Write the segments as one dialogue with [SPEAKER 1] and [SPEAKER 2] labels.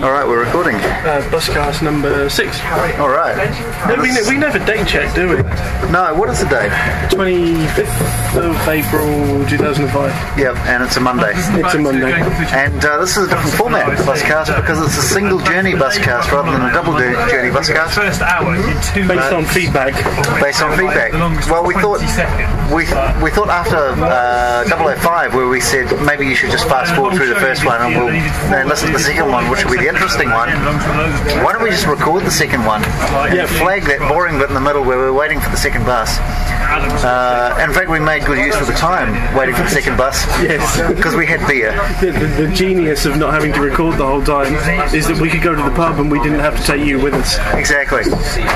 [SPEAKER 1] All right, we're recording.
[SPEAKER 2] Uh, buscast number six.
[SPEAKER 1] All right.
[SPEAKER 2] No, we, ne- we never date check, do we?
[SPEAKER 1] No, what is the day?
[SPEAKER 2] 25th of April 2005.
[SPEAKER 1] Yep, and it's a Monday.
[SPEAKER 2] It's a Monday.
[SPEAKER 1] And uh, this is a different format buscast because it's a single journey buscast rather than a double do- journey buscast
[SPEAKER 3] First hour in two
[SPEAKER 2] Based on feedback.
[SPEAKER 1] based on feedback. Well, we thought we, we thought after uh, 005 where we said maybe you should just fast forward through the first one and we'll and listen to the second one, which will be the interesting one. Why don't we just record the second one and
[SPEAKER 2] Yeah.
[SPEAKER 1] flag that boring bit in the middle where we're waiting for the second bus? Uh, and in fact, we made good use of the time waiting for the second bus.
[SPEAKER 2] Yes.
[SPEAKER 1] Because we had beer.
[SPEAKER 2] The, the, the genius of not having to record the whole time is that we could go to the pub and we didn't have to take you with us.
[SPEAKER 1] Exactly.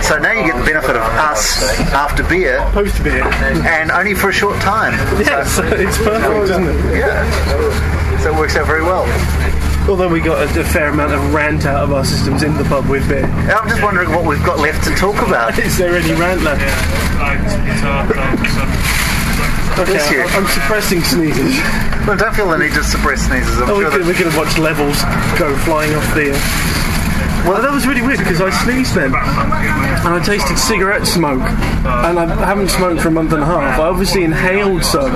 [SPEAKER 1] So now you get the benefit of us after beer,
[SPEAKER 2] Post beer.
[SPEAKER 1] and only for a short time.
[SPEAKER 2] Yes, it's perfect, isn't it?
[SPEAKER 1] Yeah. So it works out very well.
[SPEAKER 2] Although we got a, a fair amount of rant out of our systems in the pub with beer.
[SPEAKER 1] And I'm just wondering what we've got left to talk about.
[SPEAKER 2] Is there any rant left? Okay,
[SPEAKER 1] Bless you.
[SPEAKER 2] I- I'm suppressing sneezes.
[SPEAKER 1] Well, don't feel the need to suppress sneezes. I'm
[SPEAKER 2] Oh,
[SPEAKER 1] sure
[SPEAKER 2] we're gonna,
[SPEAKER 1] that,
[SPEAKER 2] we're gonna watch levels go flying off the. Well, that was really weird because I sneezed then, and I tasted cigarette smoke, and I haven't smoked for a month and a half. I obviously inhaled some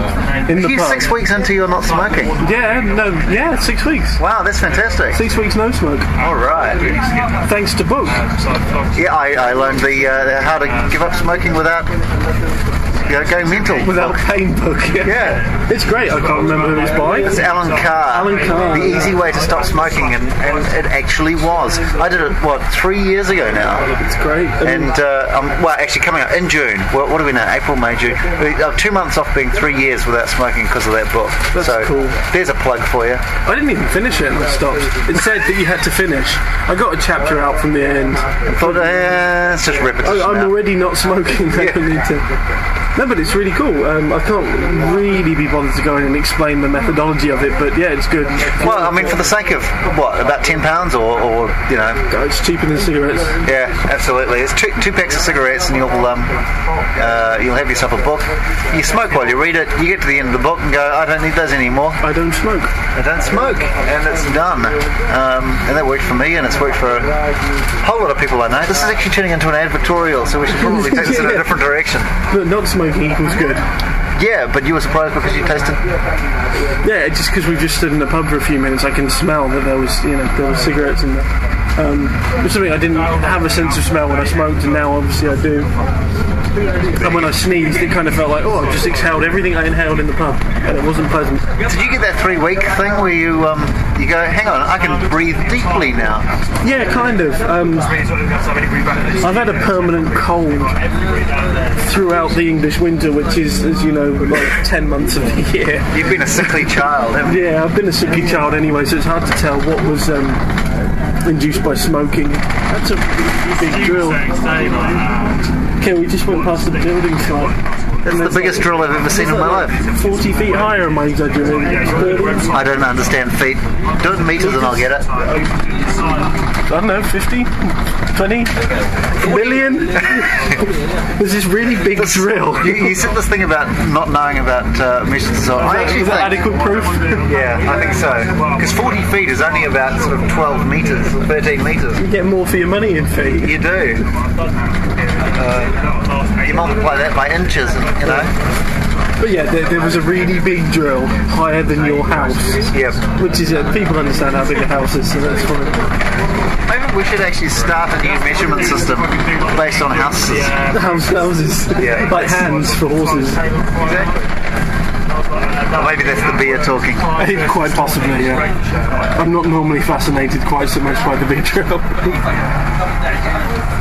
[SPEAKER 2] in the
[SPEAKER 1] you're
[SPEAKER 2] pub.
[SPEAKER 1] six weeks into you're not smoking.
[SPEAKER 2] Yeah, no, yeah, six weeks.
[SPEAKER 1] Wow, that's fantastic.
[SPEAKER 2] Six weeks no smoke,
[SPEAKER 1] All right.
[SPEAKER 2] thanks to book.
[SPEAKER 1] Yeah, I, I learned the uh, how to give up smoking without you know, going mental.
[SPEAKER 2] Without pain book, yeah.
[SPEAKER 1] Yeah.
[SPEAKER 2] It's great. I can't remember who it was
[SPEAKER 1] It's
[SPEAKER 2] by.
[SPEAKER 1] Alan Carr.
[SPEAKER 2] Alan Carr.
[SPEAKER 1] The easy way to stop smoking, and, and it actually was. I did it, what, three years ago now?
[SPEAKER 2] It's great. I mean,
[SPEAKER 1] And uh, um, well, actually, coming up in June. What, what do we know? April, May, June. We- uh, two months off being three years without smoking because of that book.
[SPEAKER 2] That's
[SPEAKER 1] so
[SPEAKER 2] cool.
[SPEAKER 1] there's a plug for you.
[SPEAKER 2] I didn't even finish it and I stopped. It said that you had to finish. I got a chapter out from the end.
[SPEAKER 1] But uh, it's just repetition.
[SPEAKER 2] I, Oh, I'm
[SPEAKER 1] now.
[SPEAKER 2] already not smoking. I don't need to. No, but it's really cool. Um, I can't really be bothered to go in and explain the methodology of it, but yeah, it's good.
[SPEAKER 1] well, I mean, for the sake of what about ten pounds or, or you know.
[SPEAKER 2] it's cheaper than cigarettes.
[SPEAKER 1] Yeah, absolutely. It's two, two packs of cigarettes, and you'll um, uh, you'll have yourself a book. You smoke while you read it. You get to the end of the book and go, I don't need those anymore.
[SPEAKER 2] I don't smoke.
[SPEAKER 1] I don't smoke, and it's done. Um, and that worked for me, and it's worked for a whole lot of people I know. This is actually turning into an advertorial, so we should probably take this in a different direction.
[SPEAKER 2] But not smoking equals good.
[SPEAKER 1] Yeah, but you were surprised because you tasted.
[SPEAKER 2] Yeah, it's just because we just stood in a pub for a few minutes, I can smell that there was, you know, there was cigarettes in there. Um, it's something I didn't have a sense of smell when I smoked, and now obviously I do. And when I sneezed, it kind of felt like, oh, I just exhaled everything I inhaled in the pub, and it wasn't pleasant.
[SPEAKER 1] Did you get that three week thing where you um, you go, hang on, I can breathe deeply now?
[SPEAKER 2] Yeah, kind of. Um, I've had a permanent cold throughout the English winter, which is, as you know, like 10 months of the year.
[SPEAKER 1] You've been a sickly child. haven't you?
[SPEAKER 2] Yeah, I've been a sickly child anyway, so it's hard to tell what was um, induced by smoking. That's a big drill. Okay, we just went past the building site.
[SPEAKER 1] That's the biggest drill I've ever seen in my life.
[SPEAKER 2] 40 feet higher, am I exaggerating? Thirty?
[SPEAKER 1] I don't understand feet. Do it in meters and I'll get it.
[SPEAKER 2] I don't know, 50? 20? Million? There's this really big drill.
[SPEAKER 1] You, you said this thing about not knowing about uh, measures. So I actually
[SPEAKER 2] Is that
[SPEAKER 1] think
[SPEAKER 2] adequate proof?
[SPEAKER 1] Yeah, I think so. Because 40 feet is only about sort of 12 metres, 13 metres.
[SPEAKER 2] Get more for your money in feet.
[SPEAKER 1] You do. Uh, you multiply that by inches, you know?
[SPEAKER 2] But yeah, there, there was a really big drill higher than your house.
[SPEAKER 1] Yep.
[SPEAKER 2] Which is, uh, people understand how big a house is, so that's fine.
[SPEAKER 1] Maybe we should actually start a new measurement system based on houses.
[SPEAKER 2] House, houses.
[SPEAKER 1] Yeah.
[SPEAKER 2] like hands for horses.
[SPEAKER 1] Or maybe that's the beer talking.
[SPEAKER 2] Eh, Quite possibly, yeah. I'm not normally fascinated quite so much by the big drill.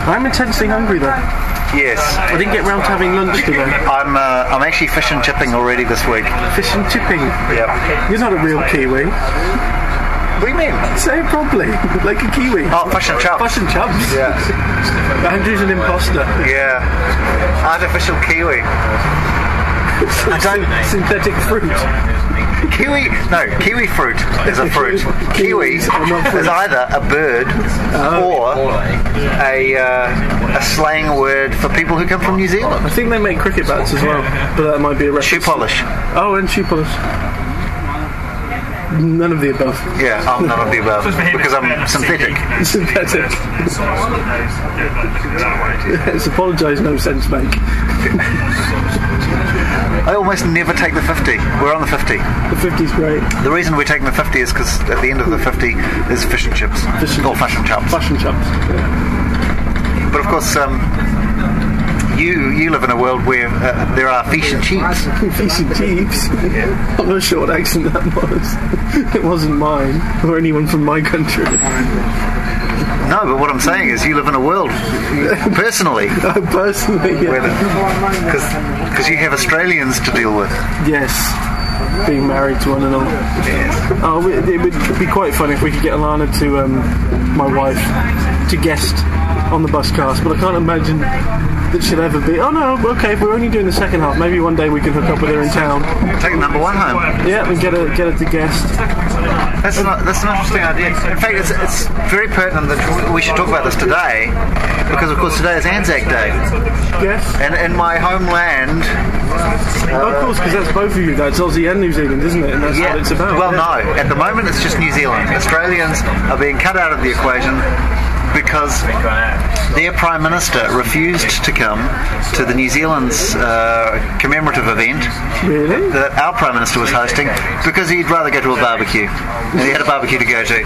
[SPEAKER 2] I'm intensely hungry though. I
[SPEAKER 1] Yes.
[SPEAKER 2] didn't get round to having lunch today.
[SPEAKER 1] I'm, uh, I'm actually fish and chipping already this week.
[SPEAKER 2] Fish and chipping.
[SPEAKER 1] Yep.
[SPEAKER 2] You're not a real Kiwi.
[SPEAKER 1] What do you mean?
[SPEAKER 2] Say it properly, like a Kiwi.
[SPEAKER 1] Oh, fish and chop.
[SPEAKER 2] Fish and chubs.
[SPEAKER 1] Yeah.
[SPEAKER 2] Andrew's an imposter.
[SPEAKER 1] Yeah. Artificial kiwi.
[SPEAKER 2] I
[SPEAKER 1] don't-
[SPEAKER 2] synthetic fruit.
[SPEAKER 1] Kiwi, no, kiwi fruit is a fruit. Kiwi Oh.
[SPEAKER 2] Kiwis are not fruit.
[SPEAKER 1] is either a bird or a, uh, a slang word for people who come from New
[SPEAKER 2] I
[SPEAKER 1] Zealand.
[SPEAKER 2] think they make cricket bats as well, but that might be a Oh,
[SPEAKER 1] Shoe
[SPEAKER 2] reference.
[SPEAKER 1] polish.
[SPEAKER 2] Oh, and shoe polish. none of the above.
[SPEAKER 1] Yeah, I'm none of the above because I'm synthetic.
[SPEAKER 2] Synthetic. Let's apologise, no sense make.
[SPEAKER 1] I almost never take the 50. We're on the 50.
[SPEAKER 2] The 50's great.
[SPEAKER 1] The reason we're taking the 50 is because at the end of the 50 is fish and chips.
[SPEAKER 2] Fish and
[SPEAKER 1] or fish and chumps.
[SPEAKER 2] Fashion chops.
[SPEAKER 1] But of course, um, you you live in a world where uh, there are fish and chips.
[SPEAKER 2] Fish and chips. I'm not sure what accent that was. It wasn't mine or anyone from my country.
[SPEAKER 1] No, but what I'm saying is you live in a world, personally,
[SPEAKER 2] I personally, yeah.
[SPEAKER 1] because you have Australians to deal with.
[SPEAKER 2] Yes, being married to one another. Oh, we- it would be quite fun if we could get Alana to, um, my wife, to guest on the bus cast, but I can't imagine that she'll ever be. Oh no, okay, we're only doing the second half. Maybe one day we can hook up with her in town.
[SPEAKER 1] Take number one home.
[SPEAKER 2] Yeah, and get her, get her to guest.
[SPEAKER 1] That's an, that's an interesting idea. In fact, it's, it's very pertinent that we should talk about this today because, of course, today is Anzac Day.
[SPEAKER 2] Yes.
[SPEAKER 1] And in my homeland,
[SPEAKER 2] Oh, of course, because that's both of you. That's Aussie and New Zealand, isn't it? And that's
[SPEAKER 1] yeah,
[SPEAKER 2] what it's about.
[SPEAKER 1] well,
[SPEAKER 2] yeah.
[SPEAKER 1] no, at the moment it's just New Zealand. Australians are being cut out of the equation because their Prime Minister refused to come to the New Zealand's uh, commemorative event
[SPEAKER 2] Really?
[SPEAKER 1] that our prime minister was hosting because he'd rather go to a barbecue. And he had a barbecue to go to,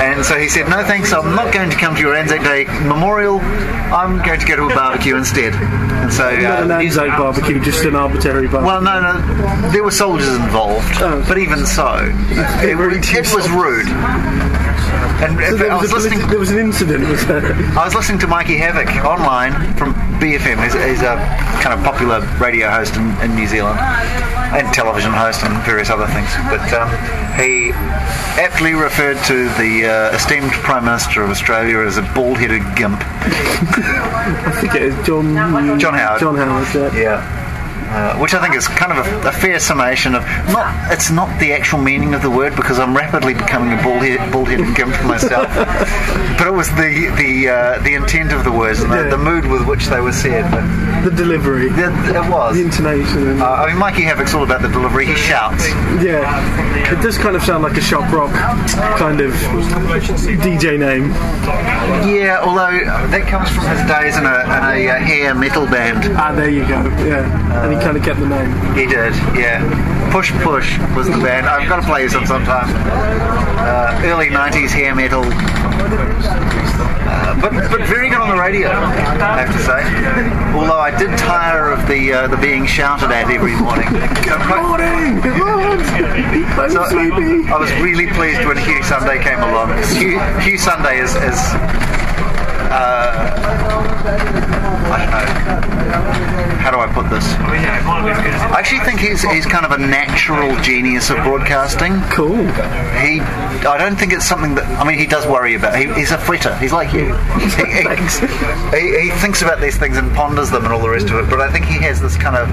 [SPEAKER 1] and so he said, "No thanks, I'm not going to come to your Anzac Day memorial. I'm going to go to a barbecue instead." And so,
[SPEAKER 2] Not an
[SPEAKER 1] uh,
[SPEAKER 2] Anzac barbecue, just an arbitrary barbecue.
[SPEAKER 1] well, no, no, there were soldiers involved,
[SPEAKER 2] Oh.
[SPEAKER 1] but even so, it, it was rude. And in
[SPEAKER 2] So
[SPEAKER 1] fact,
[SPEAKER 2] there
[SPEAKER 1] I
[SPEAKER 2] was,
[SPEAKER 1] was
[SPEAKER 2] a politi-
[SPEAKER 1] listening.
[SPEAKER 2] there was an incident, was there?
[SPEAKER 1] I was listening to Mikey Havoc online from BFM. He's, he's a kind of popular radio host in, in New Zealand and television host and various other things. But um, he aptly referred to the uh, esteemed Prime Minister of Australia as a bald-headed gimp.
[SPEAKER 2] I think it is John
[SPEAKER 1] John Howard.
[SPEAKER 2] John Howard. Yeah.
[SPEAKER 1] Yeah. Uh, which I think is kind of a, a fair summation of not. It's not the actual meaning of the word because I'm rapidly becoming a bald-head, bald-headed gimp myself. but it was the the uh, the intent of the words and the,
[SPEAKER 2] Yeah.
[SPEAKER 1] the mood with which they were said. But,
[SPEAKER 2] The delivery, the
[SPEAKER 1] It, it was.
[SPEAKER 2] intonation, and
[SPEAKER 1] Uh, I mean, Mikey Havoc's all about the delivery. He shouts.
[SPEAKER 2] yeah, it does kind of sound like a shop rock kind of DJ name.
[SPEAKER 1] Yeah, although that comes from his days in a, in a uh, hair metal band.
[SPEAKER 2] Ah, there you go. Yeah, and he kind of kept the name.
[SPEAKER 1] He did, yeah. Push Push was the band. I've got to play you some sometime. Uh, early 90s hair metal. Uh, but, but very good on the radio, I have to say. Although I did tire of the uh, the being shouted at every morning. So I'm quite-
[SPEAKER 2] Morning, good morning. I'm
[SPEAKER 1] So
[SPEAKER 2] sleepy.
[SPEAKER 1] I was really pleased when Hugh Sunday came along. Hugh, Hugh Sunday is, is uh, I don't know. How do I put this? I actually think he's, he's kind of a natural genius of broadcasting.
[SPEAKER 2] Cool.
[SPEAKER 1] He, I don't think it's something that. I mean, he does worry about. He, he's a fritter. He's like you. He, he, he, he thinks about these things and ponders them and all the rest of it. But I think he has this kind of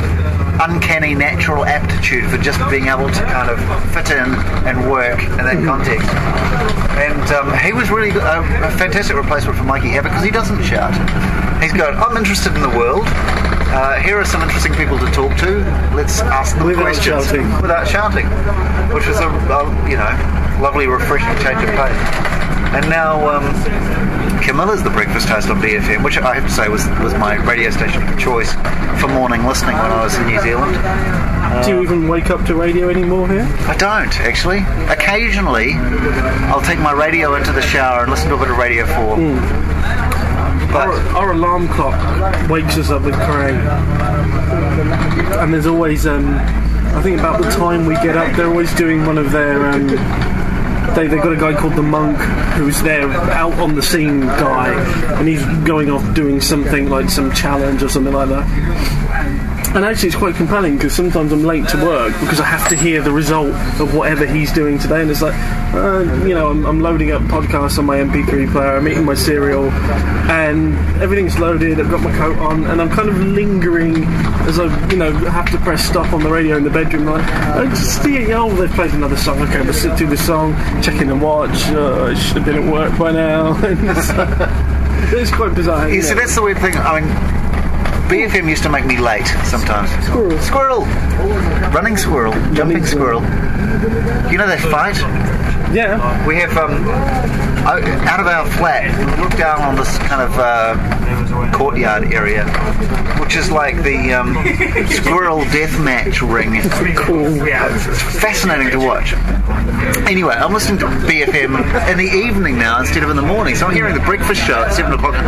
[SPEAKER 1] uncanny natural aptitude for just being able to kind of fit in and work in that context. And um, he was really a, a fantastic replacement for Mikey Havoc because he doesn't shout. He's going, I'm interested in the world. Uh, here are some interesting people to talk to. Let's ask them
[SPEAKER 2] Without
[SPEAKER 1] questions
[SPEAKER 2] shouting.
[SPEAKER 1] without shouting, which was a, a you know lovely, refreshing change of pace. And now um, Camilla's the breakfast host on BFM, which I have to say was was my radio station of choice for morning listening when I was in New Zealand.
[SPEAKER 2] Do you even wake up to radio anymore here?
[SPEAKER 1] I don't actually. Occasionally, I'll take my radio into the shower and listen to a bit of Radio Four.
[SPEAKER 2] Our,
[SPEAKER 1] But
[SPEAKER 2] our alarm clock wakes us up with crying, and there's always um, I think about the time we get up, they're always doing one of their um, they they got a guy called the monk who's their out on the scene guy, and he's going off doing something like some challenge or something like that. And actually, it's quite compelling because sometimes I'm late to work because I have to hear the result of whatever he's doing today. And it's like, uh, you know, I'm, I'm loading up podcasts on my MP3 player, I'm eating my cereal, and everything's loaded. I've got my coat on, and I'm kind of lingering as I, you know, have to press stop on the radio in the bedroom. Like, I just see, oh, they've played another song. Okay, let's sit through the song, check in and watch. Uh, I should have been at work by now. it's quite bizarre.
[SPEAKER 1] you
[SPEAKER 2] isn't
[SPEAKER 1] see,
[SPEAKER 2] it?
[SPEAKER 1] that's the weird thing. I mean. BFM used to make me late sometimes.
[SPEAKER 2] Squirrel.
[SPEAKER 1] Squirrel. Running squirrel. Jumping squirrel. You know they fight?
[SPEAKER 2] Yeah.
[SPEAKER 1] We have, um, out out of our flat, we look down on this kind of uh, courtyard area, which is like the um, squirrel death match ring.
[SPEAKER 2] Cool.
[SPEAKER 1] It's fascinating to watch. Anyway, I'm listening to BFM in the evening now instead of in the morning, so I'm hearing the breakfast show at 7 o'clock at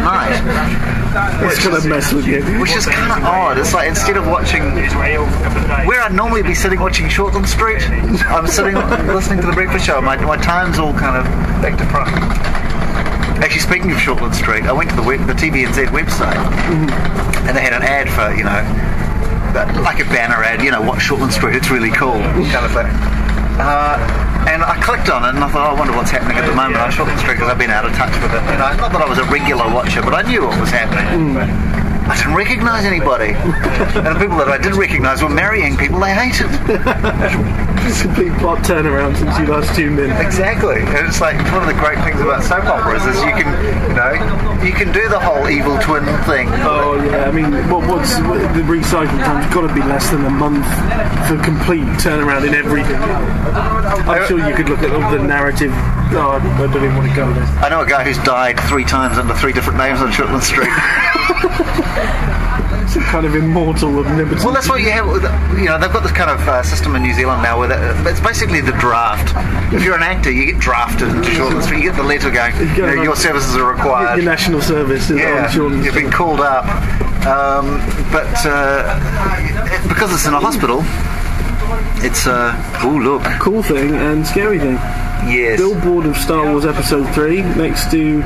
[SPEAKER 1] night.
[SPEAKER 2] It's gonna mess with you.
[SPEAKER 1] Which is kind of odd. It's like instead of watching where I'd normally be sitting watching Shortland Street, I'm sitting listening to the breakfast show. My, my time's all kind of back to front. Actually, speaking of Shortland Street, I went to the web, the TVNZ website, and they had an ad for you know. that- Like a banner ad, you know, watch Shortland Street, it's really cool, kind of thing. Uh, and I clicked on it and I thought, oh, I wonder what's happening at the moment on Shortland Street because I've been out of touch with it. You know, not that I was a regular watcher, but I knew what was happening. I didn't recognise anybody. and the people that I did recognise were marrying people they hated.
[SPEAKER 2] It's a big plot turnaround since you last tuned in.
[SPEAKER 1] Exactly. And it's like one of the great things about soap operas is you can, you know, you can do the whole evil twin thing.
[SPEAKER 2] Oh yeah, I mean, what, what's what, the recycling time's got to be less than a month for complete turnaround in everything. I'm sure you could look at all the narrative. Oh, I don't even want to go there.
[SPEAKER 1] I know a guy who's died three times under three different names on Shortland Street.
[SPEAKER 2] It's a kind of immortal omnipotent.
[SPEAKER 1] Well, that's what you have. with- You know, they've got this kind of uh, system in New Zealand now where that- it's basically the draft. If you're an actor, you get drafted into Shortland Street. You get the letter going, you know, your services are required.
[SPEAKER 2] your national service is on
[SPEAKER 1] yeah,
[SPEAKER 2] Jordan's.
[SPEAKER 1] you've been called up. Um, but uh, it- because it's in a hospital, it's uh, oh look,
[SPEAKER 2] cool thing and scary thing.
[SPEAKER 1] yes,
[SPEAKER 2] Billboard of Star Wars Episode Three next to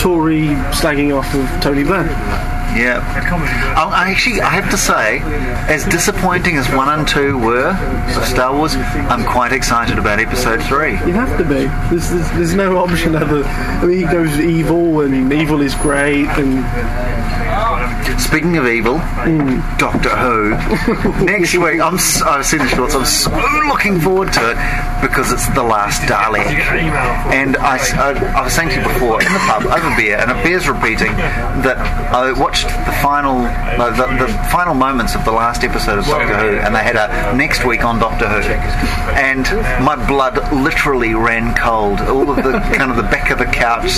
[SPEAKER 2] Tory slagging off of Tony Blair.
[SPEAKER 1] yeah. I, I actually, I have to say, as disappointing as one and two were of Star Wars, I'm quite excited about Episode Three.
[SPEAKER 2] You have to be. There's, there's, there's no option other. I mean, he goes evil, and evil is great, and
[SPEAKER 1] Speaking of evil, Doctor Who. Next week, I'm, s- I've seen the shorts, I'm so looking forward to it because it's the last Dalek. And I, s- I- I was saying to you before, in the pub, over beer, and it bears repeating that I watched the final no, the, the final moments of the last episode of Doctor Who, and they had a next week on Doctor Who. And my blood literally ran cold. All of the kind of the back of the couch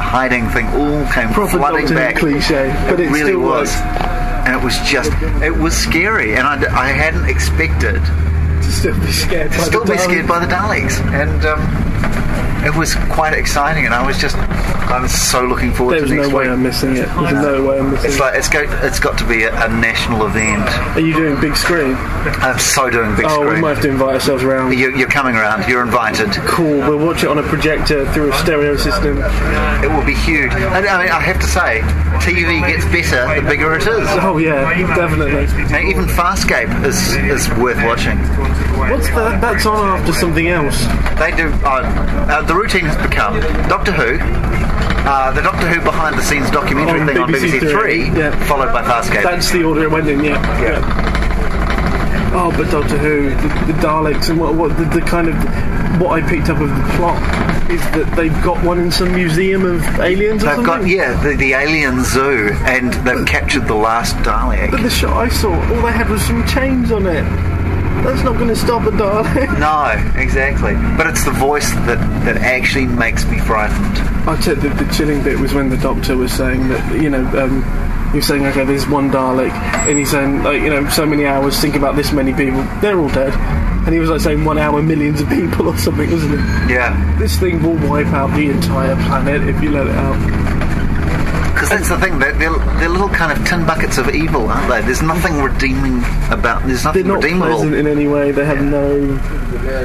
[SPEAKER 1] hiding thing all came
[SPEAKER 2] proper
[SPEAKER 1] flooding
[SPEAKER 2] Doctor Who
[SPEAKER 1] back
[SPEAKER 2] cliche, but it,
[SPEAKER 1] really
[SPEAKER 2] still
[SPEAKER 1] was.
[SPEAKER 2] works.
[SPEAKER 1] And it was just, it was scary, and I, d- I hadn't expected
[SPEAKER 2] To still be scared. by
[SPEAKER 1] to
[SPEAKER 2] the
[SPEAKER 1] still be
[SPEAKER 2] Daleks.
[SPEAKER 1] scared by the Daleks. And um, it was quite exciting, and I was just, I'm so looking forward
[SPEAKER 2] There's
[SPEAKER 1] to
[SPEAKER 2] no
[SPEAKER 1] next
[SPEAKER 2] way
[SPEAKER 1] week.
[SPEAKER 2] I'm missing it. There's no way I'm missing
[SPEAKER 1] It's
[SPEAKER 2] it.
[SPEAKER 1] like, it's, go, it's got to be a, a national event.
[SPEAKER 2] Are you doing big screen?
[SPEAKER 1] I'm so doing big
[SPEAKER 2] Oh, we
[SPEAKER 1] screen.
[SPEAKER 2] might have to invite ourselves around.
[SPEAKER 1] you, you're coming around, you're invited.
[SPEAKER 2] Cool. We'll watch it on a projector through a stereo system.
[SPEAKER 1] It will be huge. And I mean, I have to say, TV gets better the bigger it is.
[SPEAKER 2] Oh yeah, definitely.
[SPEAKER 1] And even Farscape is, is worth watching.
[SPEAKER 2] What's that? That's on after something else.
[SPEAKER 1] They do. Uh, uh, the routine has become Doctor Who, uh, the Doctor Who behind the scenes documentary
[SPEAKER 2] On
[SPEAKER 1] thing on
[SPEAKER 2] BBC
[SPEAKER 1] BBC Three,
[SPEAKER 2] yeah.
[SPEAKER 1] followed by Farscape.
[SPEAKER 2] That's the order it went in. Yeah. yeah. Oh, but Doctor Who, the, the Daleks, and what, what the, the kind of what I picked up of the plot is that they've got one in some museum of aliens or
[SPEAKER 1] They've
[SPEAKER 2] something.
[SPEAKER 1] got yeah the, the alien zoo, and they've captured the last
[SPEAKER 2] But
[SPEAKER 1] Dalek.
[SPEAKER 2] the shot I saw, all they had was some chains on it. That's not going to stop a Dalek.
[SPEAKER 1] No, exactly. But it's the voice that that actually makes me frightened.
[SPEAKER 2] I said the, the chilling bit was when the doctor was saying that, you know, um, he was saying, okay, there's one Dalek, and he's saying, like, you know, so many hours, think about this many people, they're all dead. And he was like saying one hour, millions of people or something, wasn't it?
[SPEAKER 1] Yeah,
[SPEAKER 2] This thing will wipe out the entire planet if you let it out.
[SPEAKER 1] because that's the thing. They're, they're they're little kind of tin buckets of evil, aren't they? There's nothing redeeming about. There's
[SPEAKER 2] They're
[SPEAKER 1] nothing
[SPEAKER 2] not
[SPEAKER 1] redeemable.
[SPEAKER 2] pleasant in any way, they have no.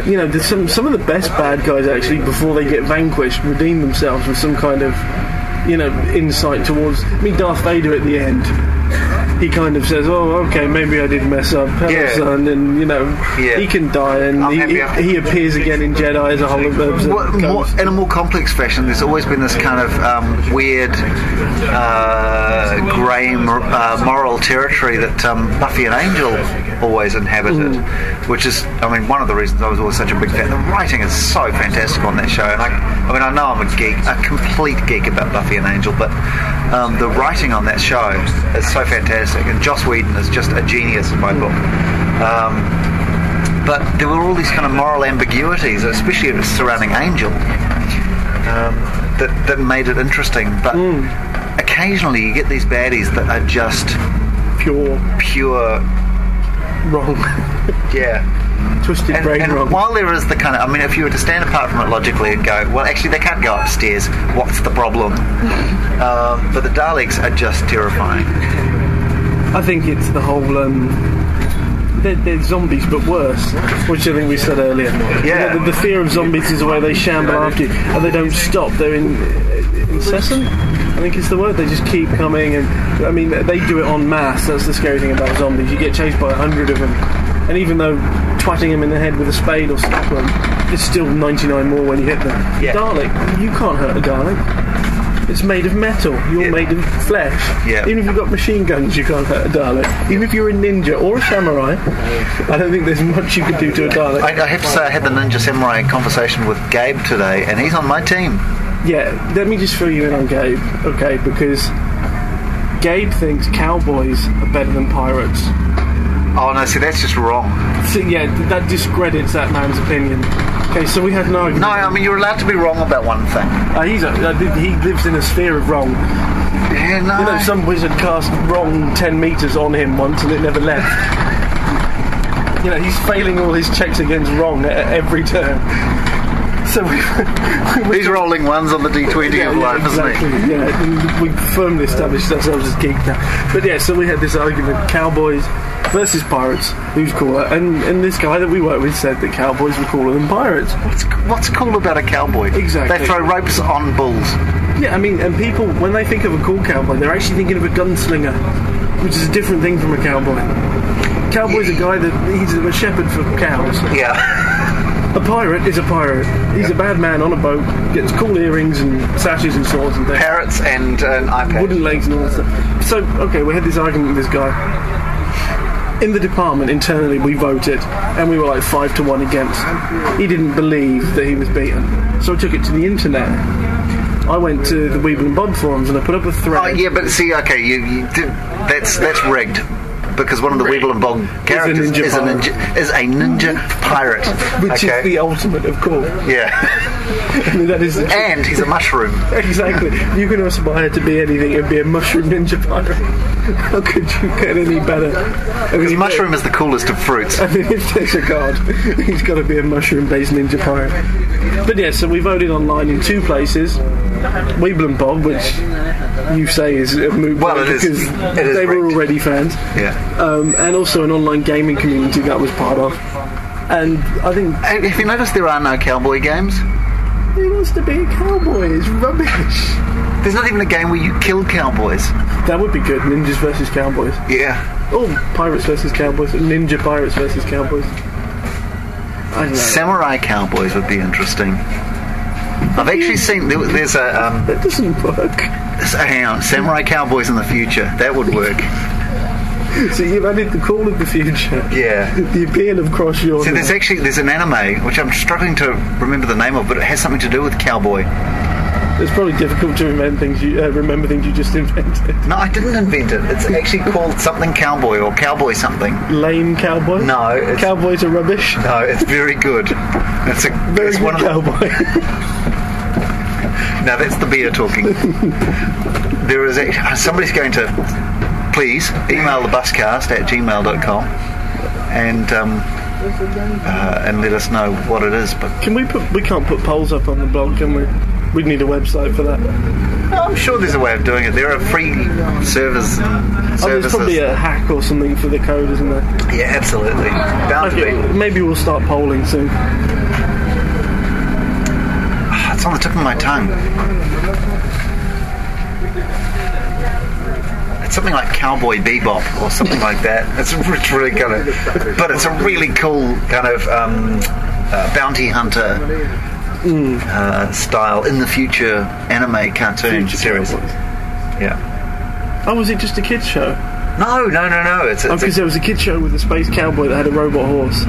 [SPEAKER 2] You know, there's some, some of the best bad guys actually, before they get vanquished, redeem themselves with some kind of, you know, insight towards. I mean, Darth Vader at the end. He kind of says, "Oh, okay, maybe I did mess up, hello,
[SPEAKER 1] Yeah.
[SPEAKER 2] son," and you know,
[SPEAKER 1] Yeah.
[SPEAKER 2] he can die, and
[SPEAKER 1] I'm
[SPEAKER 2] he,
[SPEAKER 1] happy
[SPEAKER 2] he-
[SPEAKER 1] I-
[SPEAKER 2] he appears again in Jedi as a hologram.
[SPEAKER 1] Well, more, in a more complex fashion, there's always been this kind of um, weird, uh, grey mor- uh, moral territory that um, Buffy and Angel always inhabited, which is, I mean, one of the reasons I was always such a big fan. The writing is so fantastic on that show, and I, I mean, I know I'm a geek, a complete geek about Buffy and Angel, but um, the writing on that show is so fantastic, and Joss Whedon is just a genius in my book. Um, but there were all these kind of moral ambiguities, especially surrounding Angel, um, that that made it interesting. But
[SPEAKER 2] Mm.
[SPEAKER 1] occasionally you get these baddies that are just
[SPEAKER 2] Pure
[SPEAKER 1] pure,
[SPEAKER 2] wrong,
[SPEAKER 1] yeah.
[SPEAKER 2] twisted
[SPEAKER 1] And,
[SPEAKER 2] brain
[SPEAKER 1] and
[SPEAKER 2] wrong.
[SPEAKER 1] while there is the kind of, I mean, if you were to stand apart from it logically and go, well, actually they can't go upstairs. What's the problem? um, but the Daleks are just terrifying.
[SPEAKER 2] I think it's the whole. Um, they're, they're zombies, but worse, which I think we said earlier.
[SPEAKER 1] Yeah.
[SPEAKER 2] The, the fear of zombies is the way they shamble after you, and they don't stop. They're in, uh, incessant. I think it's the word. They just keep coming, and I mean, they do it en masse. That's the scary thing about zombies. You get chased by a hundred of them, and even though twatting them in the head with a spade or something, there's still 99 more when you hit them.
[SPEAKER 1] Yeah.
[SPEAKER 2] Dalek, you can't hurt a Dalek. It's made of metal. You're
[SPEAKER 1] Yeah.
[SPEAKER 2] made of flesh.
[SPEAKER 1] Yeah.
[SPEAKER 2] Even if you've got machine guns, you can't hurt a Dalek. Even if you're a ninja or a samurai, I don't think there's much you could do to a Dalek.
[SPEAKER 1] I, I have to say, I had the Ninja Samurai conversation with Gabe today, and he's on my team.
[SPEAKER 2] yeah, let me just fill you in on Gabe, okay? Because Gabe thinks cowboys are better than pirates.
[SPEAKER 1] Oh no, see, that's just wrong.
[SPEAKER 2] So, yeah, th- that discredits that man's opinion. Okay, so we had an argument.
[SPEAKER 1] No, I mean you're allowed to be wrong about one thing.
[SPEAKER 2] Uh, he's a, uh, he lives in a sphere of wrong.
[SPEAKER 1] Yeah, no.
[SPEAKER 2] You know, some wizard cast wrong 10 metres on him once and it never left. you know, he's failing all his checks against wrong at at every turn. So we, we
[SPEAKER 1] He's rolling ones on the D20 of life,
[SPEAKER 2] exactly.
[SPEAKER 1] isn't
[SPEAKER 2] Yeah, and we firmly established ourselves as geek now. But yeah, so we had this argument: cowboys versus pirates, who's cooler? And and this guy that we work with said that cowboys were cooler than pirates.
[SPEAKER 1] he? What's, what's cool about a cowboy?
[SPEAKER 2] Exactly.
[SPEAKER 1] They throw ropes on bulls.
[SPEAKER 2] Yeah, I mean, and people when they think of a cool cowboy, they're actually thinking of a gunslinger, which is a different thing from a cowboy. Cowboy's a guy that he's a shepherd for cows.
[SPEAKER 1] Yeah.
[SPEAKER 2] A pirate is a pirate. He's a bad man on a boat, gets cool earrings and sashes and swords and things.
[SPEAKER 1] Parrots and an iPad.
[SPEAKER 2] wooden legs and all that stuff. So, okay, we had this argument with this guy. In the department, internally, we voted, and we were like five to one against. He didn't believe that he was beaten. So I took it to the internet. I went to the Weeble and Bob forums and I put up a thread.
[SPEAKER 1] Oh, yeah, but see, okay, you, you did, that's that's rigged because one of the Weevil and Bog characters
[SPEAKER 2] ninja
[SPEAKER 1] is a
[SPEAKER 2] pirate.
[SPEAKER 1] ninja, is a ninja pirate.
[SPEAKER 2] Which
[SPEAKER 1] okay.
[SPEAKER 2] is the ultimate of cool.
[SPEAKER 1] yeah,
[SPEAKER 2] I mean, that is the truth.
[SPEAKER 1] and he's a mushroom.
[SPEAKER 2] Exactly. You can aspire to be anything and be a mushroom ninja pirate. How could you get any better? I mean,
[SPEAKER 1] The
[SPEAKER 2] you-
[SPEAKER 1] mushroom is the coolest of fruits.
[SPEAKER 2] I mean, if there's a god, he's got to be a mushroom-based ninja pirate. But yeah, so we voted online in two places. Weeble and Bob, which you say is a moot
[SPEAKER 1] Well,
[SPEAKER 2] point
[SPEAKER 1] it is-
[SPEAKER 2] because
[SPEAKER 1] it is
[SPEAKER 2] they were
[SPEAKER 1] rigged.
[SPEAKER 2] already fans.
[SPEAKER 1] Yeah.
[SPEAKER 2] Um, and also an online gaming community that was part of. And I think
[SPEAKER 1] And Have you noticed there are no cowboy games?
[SPEAKER 2] who wants to be a cowboy? It's rubbish.
[SPEAKER 1] There's not even a game where you kill cowboys.
[SPEAKER 2] That would be good. Ninjas versus cowboys.
[SPEAKER 1] Yeah.
[SPEAKER 2] Oh, pirates versus cowboys. Ninja pirates versus cowboys. I don't know.
[SPEAKER 1] Samurai cowboys would be interesting. I've actually seen there- there's a um,
[SPEAKER 2] that doesn't work.
[SPEAKER 1] s- hang on, samurai cowboys in the future. That would work.
[SPEAKER 2] So you've added the call of the future.
[SPEAKER 1] Yeah.
[SPEAKER 2] The appeal of cross your
[SPEAKER 1] So there's actually there's an anime which I'm struggling to remember the name of, but it has something to do with cowboy.
[SPEAKER 2] It's probably difficult to remember things you uh, remember things you just invented.
[SPEAKER 1] No, I didn't invent it. It's actually called something cowboy or cowboy something.
[SPEAKER 2] Lame cowboy.
[SPEAKER 1] No, it's,
[SPEAKER 2] Cowboys are rubbish.
[SPEAKER 1] no, it's very good. It's a
[SPEAKER 2] Very
[SPEAKER 1] it's
[SPEAKER 2] good
[SPEAKER 1] one of the
[SPEAKER 2] cowboy.
[SPEAKER 1] No, that's the beer talking. there is a, somebody's going to please email the buscast at gmail.com and um, uh, and let us know what it is. But
[SPEAKER 2] can we put? We can't put polls up on the blog, can we? We'd need a website for that. Oh,
[SPEAKER 1] I'm sure there's a way of doing it. There are free servers and
[SPEAKER 2] Oh, there's
[SPEAKER 1] services.
[SPEAKER 2] probably a hack or something for the code, isn't there?
[SPEAKER 1] yeah, absolutely. Bound
[SPEAKER 2] Okay,
[SPEAKER 1] to be.
[SPEAKER 2] maybe we'll start polling soon.
[SPEAKER 1] Ah, It's on the tip of my tongue. It's something like Cowboy Bebop or something like that. It's, it's really kind of, but it's a really cool kind of um, uh, bounty hunter uh, style in the future anime cartoon series. Yeah.
[SPEAKER 2] Oh, was it just a kids show?
[SPEAKER 1] No, no, no, no. It's,
[SPEAKER 2] Oh,
[SPEAKER 1] it's
[SPEAKER 2] because there was a kids show with a space cowboy that had a robot horse.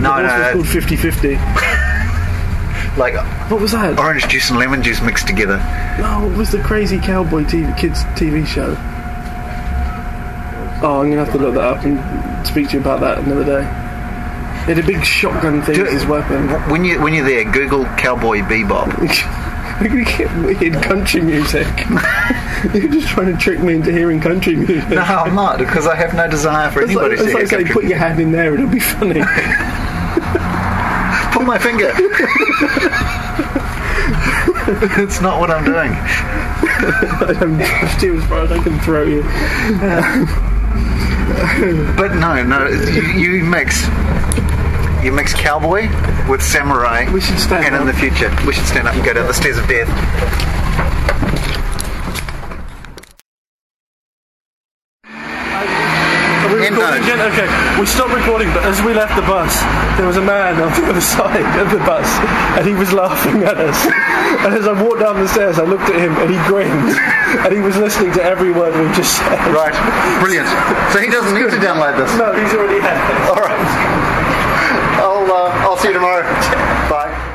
[SPEAKER 1] no,
[SPEAKER 2] the horse
[SPEAKER 1] no,
[SPEAKER 2] was called 50-50.
[SPEAKER 1] like
[SPEAKER 2] What was that?
[SPEAKER 1] orange juice and lemon juice mixed together.
[SPEAKER 2] No, it was the crazy cowboy TV, kids TV show. Oh, I'm gonna have to look that up and speak to you about that another day. He had a big shotgun thing
[SPEAKER 1] Do-
[SPEAKER 2] as his weapon.
[SPEAKER 1] W- When you when you're there, Google cowboy bebop.
[SPEAKER 2] We're gonna get weird country music. You're just trying to trick me into hearing country music.
[SPEAKER 1] No, I'm not because I have no desire for
[SPEAKER 2] it's like,
[SPEAKER 1] anybody
[SPEAKER 2] it's
[SPEAKER 1] to
[SPEAKER 2] like
[SPEAKER 1] hear
[SPEAKER 2] saying,
[SPEAKER 1] country
[SPEAKER 2] put your hand in there, it'll be funny.
[SPEAKER 1] Put my finger. it's not what I'm doing.
[SPEAKER 2] I'm just as far as I can throw you.
[SPEAKER 1] But no, no, you, you mix. You mix cowboy with samurai.
[SPEAKER 2] We should stand
[SPEAKER 1] And in
[SPEAKER 2] up.
[SPEAKER 1] the future, we should stand up and go down the stairs of death.
[SPEAKER 2] Are we
[SPEAKER 1] End note.
[SPEAKER 2] recording again? Okay, we stopped recording, but as we left the bus, there was a man on the other side of the bus, and he was laughing at us. And as I walked down the stairs, I looked at him, and he grinned, and he was listening to every word we just said.
[SPEAKER 1] Right, brilliant. So he doesn't need to download this.
[SPEAKER 2] No, he's already had it.
[SPEAKER 1] All right. I'll uh, I'll see you tomorrow. Bye.